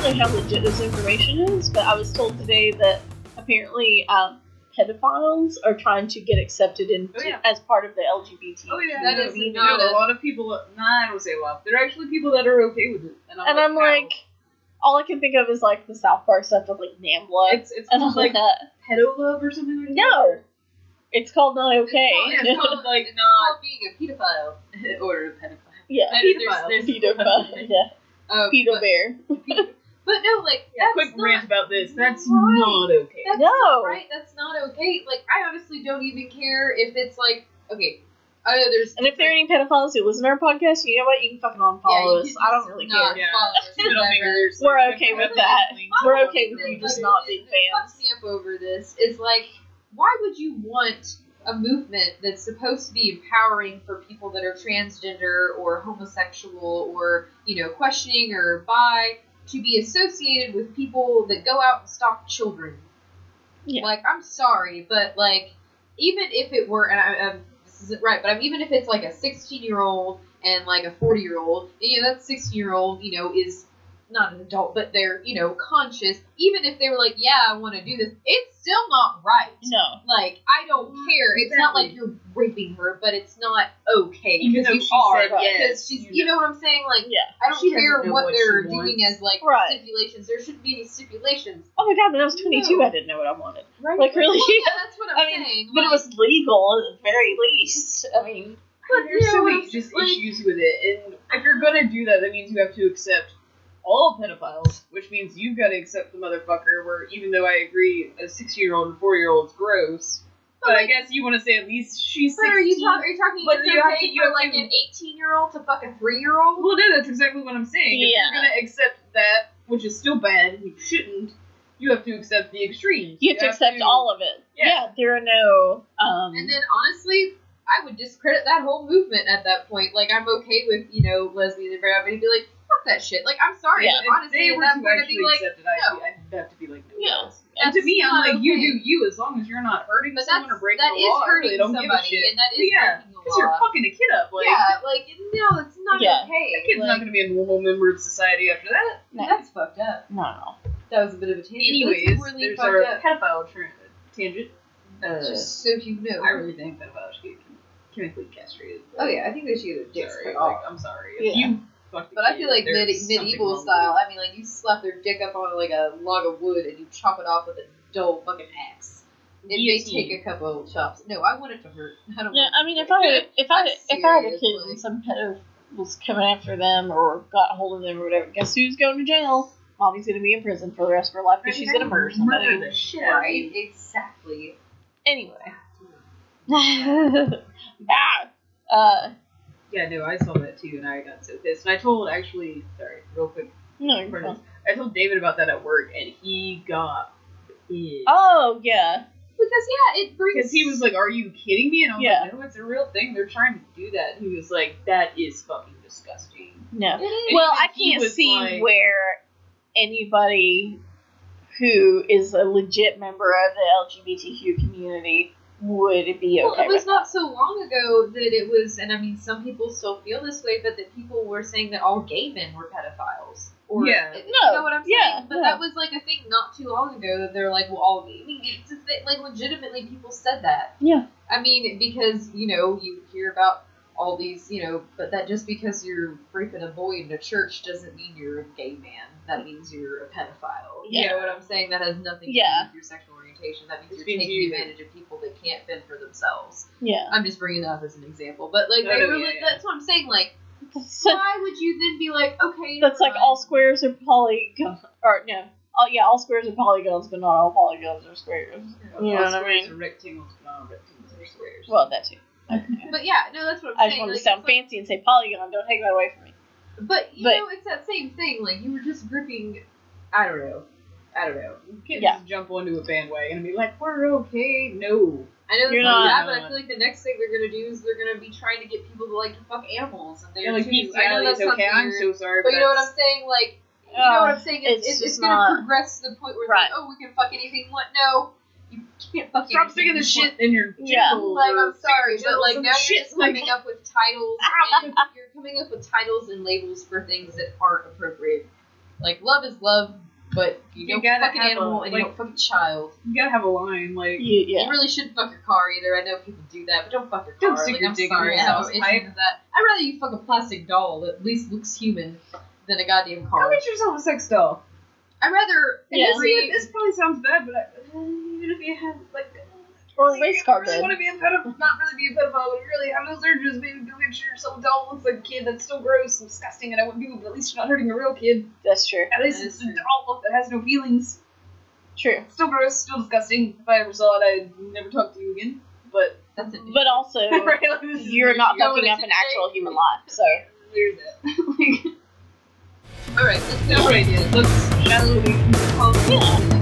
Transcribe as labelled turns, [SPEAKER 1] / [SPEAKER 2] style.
[SPEAKER 1] legit this information is, but I was told today that apparently um, pedophiles are trying to get accepted into
[SPEAKER 2] Oh, yeah.
[SPEAKER 1] as part of the LGBT.
[SPEAKER 2] Oh yeah,
[SPEAKER 3] That is
[SPEAKER 1] community.
[SPEAKER 3] not
[SPEAKER 2] no, a lot of people. Nah, I would say a lot. There are actually people that are okay with it, and I'm
[SPEAKER 1] And
[SPEAKER 2] like,
[SPEAKER 1] I'm like, all I can think of is like the South Park stuff of like
[SPEAKER 2] "How?"
[SPEAKER 1] Nambla
[SPEAKER 2] it's it's
[SPEAKER 1] and all
[SPEAKER 2] called, like
[SPEAKER 1] that.
[SPEAKER 2] pedo love or something like that.
[SPEAKER 1] No, it's called not okay.
[SPEAKER 3] It's
[SPEAKER 2] it's called like
[SPEAKER 3] Not
[SPEAKER 2] not
[SPEAKER 3] being a pedophile.
[SPEAKER 2] or a pedophile.
[SPEAKER 1] yeah,
[SPEAKER 3] That-
[SPEAKER 2] Pedophile.
[SPEAKER 3] There's, there's,
[SPEAKER 1] pedo, yeah,
[SPEAKER 3] um,
[SPEAKER 1] pedo bear.
[SPEAKER 3] But no, like
[SPEAKER 2] Yeah,
[SPEAKER 3] that's
[SPEAKER 2] quick
[SPEAKER 3] not
[SPEAKER 2] rant about this. That's
[SPEAKER 3] right.
[SPEAKER 2] not okay.
[SPEAKER 3] That's
[SPEAKER 1] No.
[SPEAKER 3] not right. That's not okay. Like I honestly don't even care if it's like okay. I know there's
[SPEAKER 1] And if there are any pedophiles who listen to our podcast, you know what? You can fucking unfollow us. I don't really care.
[SPEAKER 3] not
[SPEAKER 2] care.
[SPEAKER 3] follow us,
[SPEAKER 2] I don't think
[SPEAKER 3] whatever.
[SPEAKER 2] there's-
[SPEAKER 1] We're okay with that.
[SPEAKER 3] Follow
[SPEAKER 1] We're
[SPEAKER 3] us,
[SPEAKER 1] okay with
[SPEAKER 3] but
[SPEAKER 1] you just
[SPEAKER 3] it-
[SPEAKER 1] not
[SPEAKER 3] it-
[SPEAKER 1] being
[SPEAKER 3] it fucks
[SPEAKER 1] fans.
[SPEAKER 3] me up over this is like, why would you want a movement that's supposed to be empowering for people that are transgender or homosexual or you know questioning or bi to be associated with people that go out and stalk children?
[SPEAKER 1] Yeah.
[SPEAKER 3] Like, I'm sorry, but like, even if it were, and I, I'm, this isn't right, but I'm, even if it's like a 16 year old and like a 40 year old, you know, that 16 year old, you know, is not an adult, but they're, you know, conscious, even if they were like, yeah, I want to do this, it's still not right.
[SPEAKER 1] No.
[SPEAKER 3] Like, I don't care. It's not like you're raping her, but it's not okay.
[SPEAKER 2] Even
[SPEAKER 3] because
[SPEAKER 2] though
[SPEAKER 3] you
[SPEAKER 2] she
[SPEAKER 3] are.
[SPEAKER 2] said yes,
[SPEAKER 3] because she's,
[SPEAKER 2] you
[SPEAKER 3] you know what I'm saying? Like,
[SPEAKER 1] Yeah.
[SPEAKER 3] I don't
[SPEAKER 2] She doesn't
[SPEAKER 3] care
[SPEAKER 2] know
[SPEAKER 3] what,
[SPEAKER 2] what
[SPEAKER 3] they're
[SPEAKER 2] she
[SPEAKER 3] doing
[SPEAKER 2] wants.
[SPEAKER 3] as, like,
[SPEAKER 1] Right.
[SPEAKER 3] stipulations. There shouldn't be any stipulations.
[SPEAKER 1] Oh my god, when I was 22,
[SPEAKER 3] No.
[SPEAKER 1] I didn't know what I wanted.
[SPEAKER 3] Right?
[SPEAKER 1] Like, really?
[SPEAKER 3] Well, yeah, that's what I'm
[SPEAKER 1] I mean,
[SPEAKER 3] saying.
[SPEAKER 1] But it
[SPEAKER 3] Like,
[SPEAKER 1] was legal at the very least. I mean,
[SPEAKER 3] But
[SPEAKER 2] There's so
[SPEAKER 3] yeah,
[SPEAKER 2] many just
[SPEAKER 3] like-
[SPEAKER 2] issues with it, and if you're gonna do that, that means you have to accept all pedophiles, which means you've got to accept the motherfucker. Where even though I agree, a six-year-old and four-year-old's gross,
[SPEAKER 3] But,
[SPEAKER 2] but,
[SPEAKER 3] like-
[SPEAKER 2] I guess you want to say at least she's
[SPEAKER 3] But
[SPEAKER 2] sixteen.
[SPEAKER 3] are you, talk, are you talking
[SPEAKER 2] But
[SPEAKER 3] it's
[SPEAKER 2] you have
[SPEAKER 3] okay
[SPEAKER 2] to- you
[SPEAKER 3] for
[SPEAKER 2] have
[SPEAKER 3] like
[SPEAKER 2] to-
[SPEAKER 3] an 18 year old to fuck a 3 year old?
[SPEAKER 2] Well, no, that's exactly what I'm saying.
[SPEAKER 1] Yeah.
[SPEAKER 2] If you're gonna accept that, which is still bad, and you shouldn't. You have to accept the extremes.
[SPEAKER 1] you have to accept all of it.
[SPEAKER 2] Yeah.
[SPEAKER 1] there are no. Um,
[SPEAKER 3] And then honestly, I would discredit that whole movement at that point. Like, I'm okay with, you know, lesbians and brownies. Be like, fuck that shit. Like, I'm sorry.
[SPEAKER 1] Yeah.
[SPEAKER 3] but
[SPEAKER 2] If
[SPEAKER 3] honestly,
[SPEAKER 2] they
[SPEAKER 3] at
[SPEAKER 2] were
[SPEAKER 3] that
[SPEAKER 2] to
[SPEAKER 3] point, I'd be
[SPEAKER 2] actually
[SPEAKER 3] like,
[SPEAKER 2] accept it, I'd,
[SPEAKER 3] no.
[SPEAKER 2] be, I'd have to be like, no.
[SPEAKER 1] Yeah.
[SPEAKER 2] And to
[SPEAKER 3] That's
[SPEAKER 2] me, I'm
[SPEAKER 3] not
[SPEAKER 2] like, you
[SPEAKER 3] okay.
[SPEAKER 2] do you as long as you're not hurting
[SPEAKER 3] But
[SPEAKER 2] someone
[SPEAKER 3] that's,
[SPEAKER 2] or breaking
[SPEAKER 3] that
[SPEAKER 2] the
[SPEAKER 3] is
[SPEAKER 2] law. I
[SPEAKER 3] hurting
[SPEAKER 2] really don't
[SPEAKER 3] somebody,
[SPEAKER 2] give a shit.
[SPEAKER 3] and that
[SPEAKER 2] But
[SPEAKER 3] is
[SPEAKER 2] yeah,
[SPEAKER 3] breaking the
[SPEAKER 2] because you're
[SPEAKER 3] law.
[SPEAKER 2] fucking a kid up. Like,
[SPEAKER 3] yeah, like, no, it's not
[SPEAKER 1] Yeah.
[SPEAKER 3] okay.
[SPEAKER 2] that kid's
[SPEAKER 3] like,
[SPEAKER 2] not going to be a normal member of society after that.
[SPEAKER 1] No.
[SPEAKER 3] That's fucked up.
[SPEAKER 1] no, no.
[SPEAKER 3] That was a bit of a tangent. but
[SPEAKER 2] Anyways,
[SPEAKER 3] it's really
[SPEAKER 2] there's
[SPEAKER 3] fucked
[SPEAKER 2] our
[SPEAKER 3] up.
[SPEAKER 2] pedophile tra- tangent. Uh,
[SPEAKER 3] Just so you know.
[SPEAKER 2] I really think pedophiles should get chemically castrated.
[SPEAKER 3] oh, yeah, I think they should get a dick
[SPEAKER 2] Sorry,
[SPEAKER 3] cut
[SPEAKER 2] like,
[SPEAKER 3] off.
[SPEAKER 2] I'm sorry.
[SPEAKER 1] Yeah.
[SPEAKER 2] If you fucked a
[SPEAKER 3] But I
[SPEAKER 2] kid,
[SPEAKER 3] feel like
[SPEAKER 2] there's
[SPEAKER 3] medi-
[SPEAKER 2] something wrong
[SPEAKER 3] medieval
[SPEAKER 2] with
[SPEAKER 3] style.
[SPEAKER 2] you.
[SPEAKER 3] I mean, like you slap their dick up on like a log of wood and you chop it off with a dull fucking axe. It may
[SPEAKER 2] Guillotine.
[SPEAKER 3] take a couple of chops. No, I want it to hurt. I don't.
[SPEAKER 1] Yeah,
[SPEAKER 3] want it
[SPEAKER 1] I
[SPEAKER 3] to
[SPEAKER 1] mean, if
[SPEAKER 3] hurt.
[SPEAKER 1] I if I
[SPEAKER 3] That's
[SPEAKER 1] if I had a
[SPEAKER 3] serious,
[SPEAKER 1] kid
[SPEAKER 3] like-
[SPEAKER 1] and some pedo was coming after them or got a hold of them or whatever, guess who's going to jail? Mommy's going to be in prison for the rest of her life because she's going to murder somebody.
[SPEAKER 2] the shit. out of
[SPEAKER 3] right,
[SPEAKER 2] you.
[SPEAKER 3] exactly.
[SPEAKER 1] Anyway. ah, uh,
[SPEAKER 2] Yeah, no, I saw that too, and I got so pissed. And I told actually, sorry, real quick.
[SPEAKER 1] no, you're
[SPEAKER 2] Pardon.
[SPEAKER 1] fine.
[SPEAKER 2] I told David about that at work, and he got pissed.
[SPEAKER 1] Oh, yeah.
[SPEAKER 3] Because yeah, it brings.
[SPEAKER 2] Because he was like, "Are you kidding me?" And I was
[SPEAKER 1] Yeah.
[SPEAKER 2] like, "No, it's a real thing. They're trying to do that." And he was like, "That is fucking disgusting."
[SPEAKER 1] No.
[SPEAKER 3] It is.
[SPEAKER 1] Well, I
[SPEAKER 2] even he
[SPEAKER 1] can't
[SPEAKER 2] was
[SPEAKER 1] see
[SPEAKER 2] like-
[SPEAKER 1] where anybody who is a legit member of the LGBTQ community would be okay
[SPEAKER 3] Well, it was
[SPEAKER 1] with.
[SPEAKER 3] not so long ago that it was, and I mean, some people still feel this way, but that people were saying that all gay men were pedophiles. Or,
[SPEAKER 2] Yeah.
[SPEAKER 3] You know what I'm saying?
[SPEAKER 1] Yeah,
[SPEAKER 3] but
[SPEAKER 1] yeah.
[SPEAKER 3] that was like a thing not too long ago that they're like, well, all gay. I mean, it's a thing, like, legitimately, people said that.
[SPEAKER 1] Yeah.
[SPEAKER 3] I mean, because, you know, you hear about all these, you know, but that just because you're raping a boy in a church doesn't mean you're a gay man. That means you're a pedophile. You
[SPEAKER 2] Yeah.
[SPEAKER 3] know what I'm saying? That has nothing
[SPEAKER 1] Yeah.
[SPEAKER 3] to do with your sexual orientation. That means
[SPEAKER 2] It
[SPEAKER 3] you're
[SPEAKER 2] means
[SPEAKER 3] taking
[SPEAKER 2] you-
[SPEAKER 3] advantage of people that can't fend for themselves.
[SPEAKER 1] Yeah.
[SPEAKER 3] I'm just bringing that up as an example, but like
[SPEAKER 2] No,
[SPEAKER 3] they
[SPEAKER 2] no,
[SPEAKER 3] were
[SPEAKER 2] Oh, yeah,
[SPEAKER 3] like,
[SPEAKER 2] yeah.
[SPEAKER 3] that's what I'm saying. Like,
[SPEAKER 1] That's,
[SPEAKER 3] why would you then be like, okay,
[SPEAKER 1] that's like
[SPEAKER 3] fine.
[SPEAKER 1] all squares are polygons. Or, no. Oh, yeah, all squares are polygons, but not all polygons are squares. You know what I
[SPEAKER 2] Squares
[SPEAKER 1] mean?
[SPEAKER 2] are Rectangles, but not rectangles are squares.
[SPEAKER 1] Well, that too.
[SPEAKER 3] But yeah, no, that's what I'm
[SPEAKER 1] I just
[SPEAKER 3] saying.
[SPEAKER 1] wanted to
[SPEAKER 3] like,
[SPEAKER 1] sound
[SPEAKER 3] it's like-
[SPEAKER 1] fancy and say polygon. Don't take that away from me.
[SPEAKER 3] But you
[SPEAKER 1] but-
[SPEAKER 3] know, it's that same thing. Like you were just gripping. I don't know. I don't know.
[SPEAKER 2] you can't
[SPEAKER 1] yeah.
[SPEAKER 2] just jump onto a bandwagon and be like, "We're okay." No.
[SPEAKER 3] I know
[SPEAKER 1] You're
[SPEAKER 3] it's not
[SPEAKER 2] not-
[SPEAKER 3] that, but I feel like the next thing they're gonna do is they're gonna be trying to get people to like to fuck animals, and they're
[SPEAKER 2] You're like,
[SPEAKER 3] too- I know
[SPEAKER 2] "Bestiality
[SPEAKER 3] that's
[SPEAKER 2] is okay.
[SPEAKER 3] sounds
[SPEAKER 2] I'm
[SPEAKER 3] weird,
[SPEAKER 2] so sorry."
[SPEAKER 3] but you know what I'm
[SPEAKER 2] that's-
[SPEAKER 3] saying? Like, you know what
[SPEAKER 1] Uh,
[SPEAKER 3] I'm saying? It's,
[SPEAKER 1] it's
[SPEAKER 3] it's,
[SPEAKER 1] just
[SPEAKER 3] gonna
[SPEAKER 1] not-
[SPEAKER 3] progress to the point where it's
[SPEAKER 1] Right.
[SPEAKER 3] like, oh, we can fuck anything. What? No, you can't fuck anything.
[SPEAKER 2] Stop sticking
[SPEAKER 3] you
[SPEAKER 2] the
[SPEAKER 3] want.
[SPEAKER 2] shit in your
[SPEAKER 1] Yeah.
[SPEAKER 2] genitals
[SPEAKER 3] Like
[SPEAKER 2] or
[SPEAKER 3] I'm sorry,
[SPEAKER 2] fingers
[SPEAKER 3] but like
[SPEAKER 2] or
[SPEAKER 3] now you're
[SPEAKER 2] shit.
[SPEAKER 3] just coming up with titles. and you're coming up with titles and labels for things that aren't appropriate. Like love is love. but you,
[SPEAKER 2] You
[SPEAKER 3] don't
[SPEAKER 2] gotta
[SPEAKER 3] fuck an
[SPEAKER 2] have a,
[SPEAKER 3] animal and
[SPEAKER 2] like-
[SPEAKER 3] you don't fuck a child.
[SPEAKER 2] You gotta have a line, like
[SPEAKER 1] You- yeah.
[SPEAKER 3] You really shouldn't fuck your car either. I know people do that, but don't fuck your car.
[SPEAKER 2] Don't stick
[SPEAKER 3] like,
[SPEAKER 2] your
[SPEAKER 3] I'm
[SPEAKER 2] dick in
[SPEAKER 3] sorry,
[SPEAKER 2] your
[SPEAKER 3] I have
[SPEAKER 2] house
[SPEAKER 3] an issue
[SPEAKER 2] pipe.
[SPEAKER 3] with that. I'd rather you fuck a plastic doll that at least looks human than a goddamn
[SPEAKER 2] go
[SPEAKER 3] car.
[SPEAKER 2] get yourself a sex doll.
[SPEAKER 3] I'd rather
[SPEAKER 1] Yeah.
[SPEAKER 2] And
[SPEAKER 3] every-
[SPEAKER 2] This, this probably sounds bad, but I, even if you have like
[SPEAKER 1] Or a lace
[SPEAKER 2] I
[SPEAKER 1] carpet.
[SPEAKER 2] really want to be a pedophile, not really be a pedophile, but really have those urges. Maybe go get yourself a doll that looks like a kid. That's so gross and disgusting, and I wouldn't do it, but at least you're not hurting a real kid.
[SPEAKER 1] That's true.
[SPEAKER 2] At least
[SPEAKER 3] That
[SPEAKER 2] it's
[SPEAKER 3] is
[SPEAKER 2] a
[SPEAKER 3] true.
[SPEAKER 2] doll that has no feelings.
[SPEAKER 1] True.
[SPEAKER 2] Still gross, still disgusting. If I ever saw it, I'd never talk to you again. But,
[SPEAKER 3] That's it.
[SPEAKER 1] But also,
[SPEAKER 2] right, like, this is
[SPEAKER 1] you're not
[SPEAKER 3] That
[SPEAKER 1] fucking
[SPEAKER 3] was
[SPEAKER 1] up an
[SPEAKER 3] insane.
[SPEAKER 1] actual human life, so.
[SPEAKER 2] There's that.
[SPEAKER 3] All right, let's go.
[SPEAKER 2] Alright, yeah, let's shall we
[SPEAKER 1] Yeah.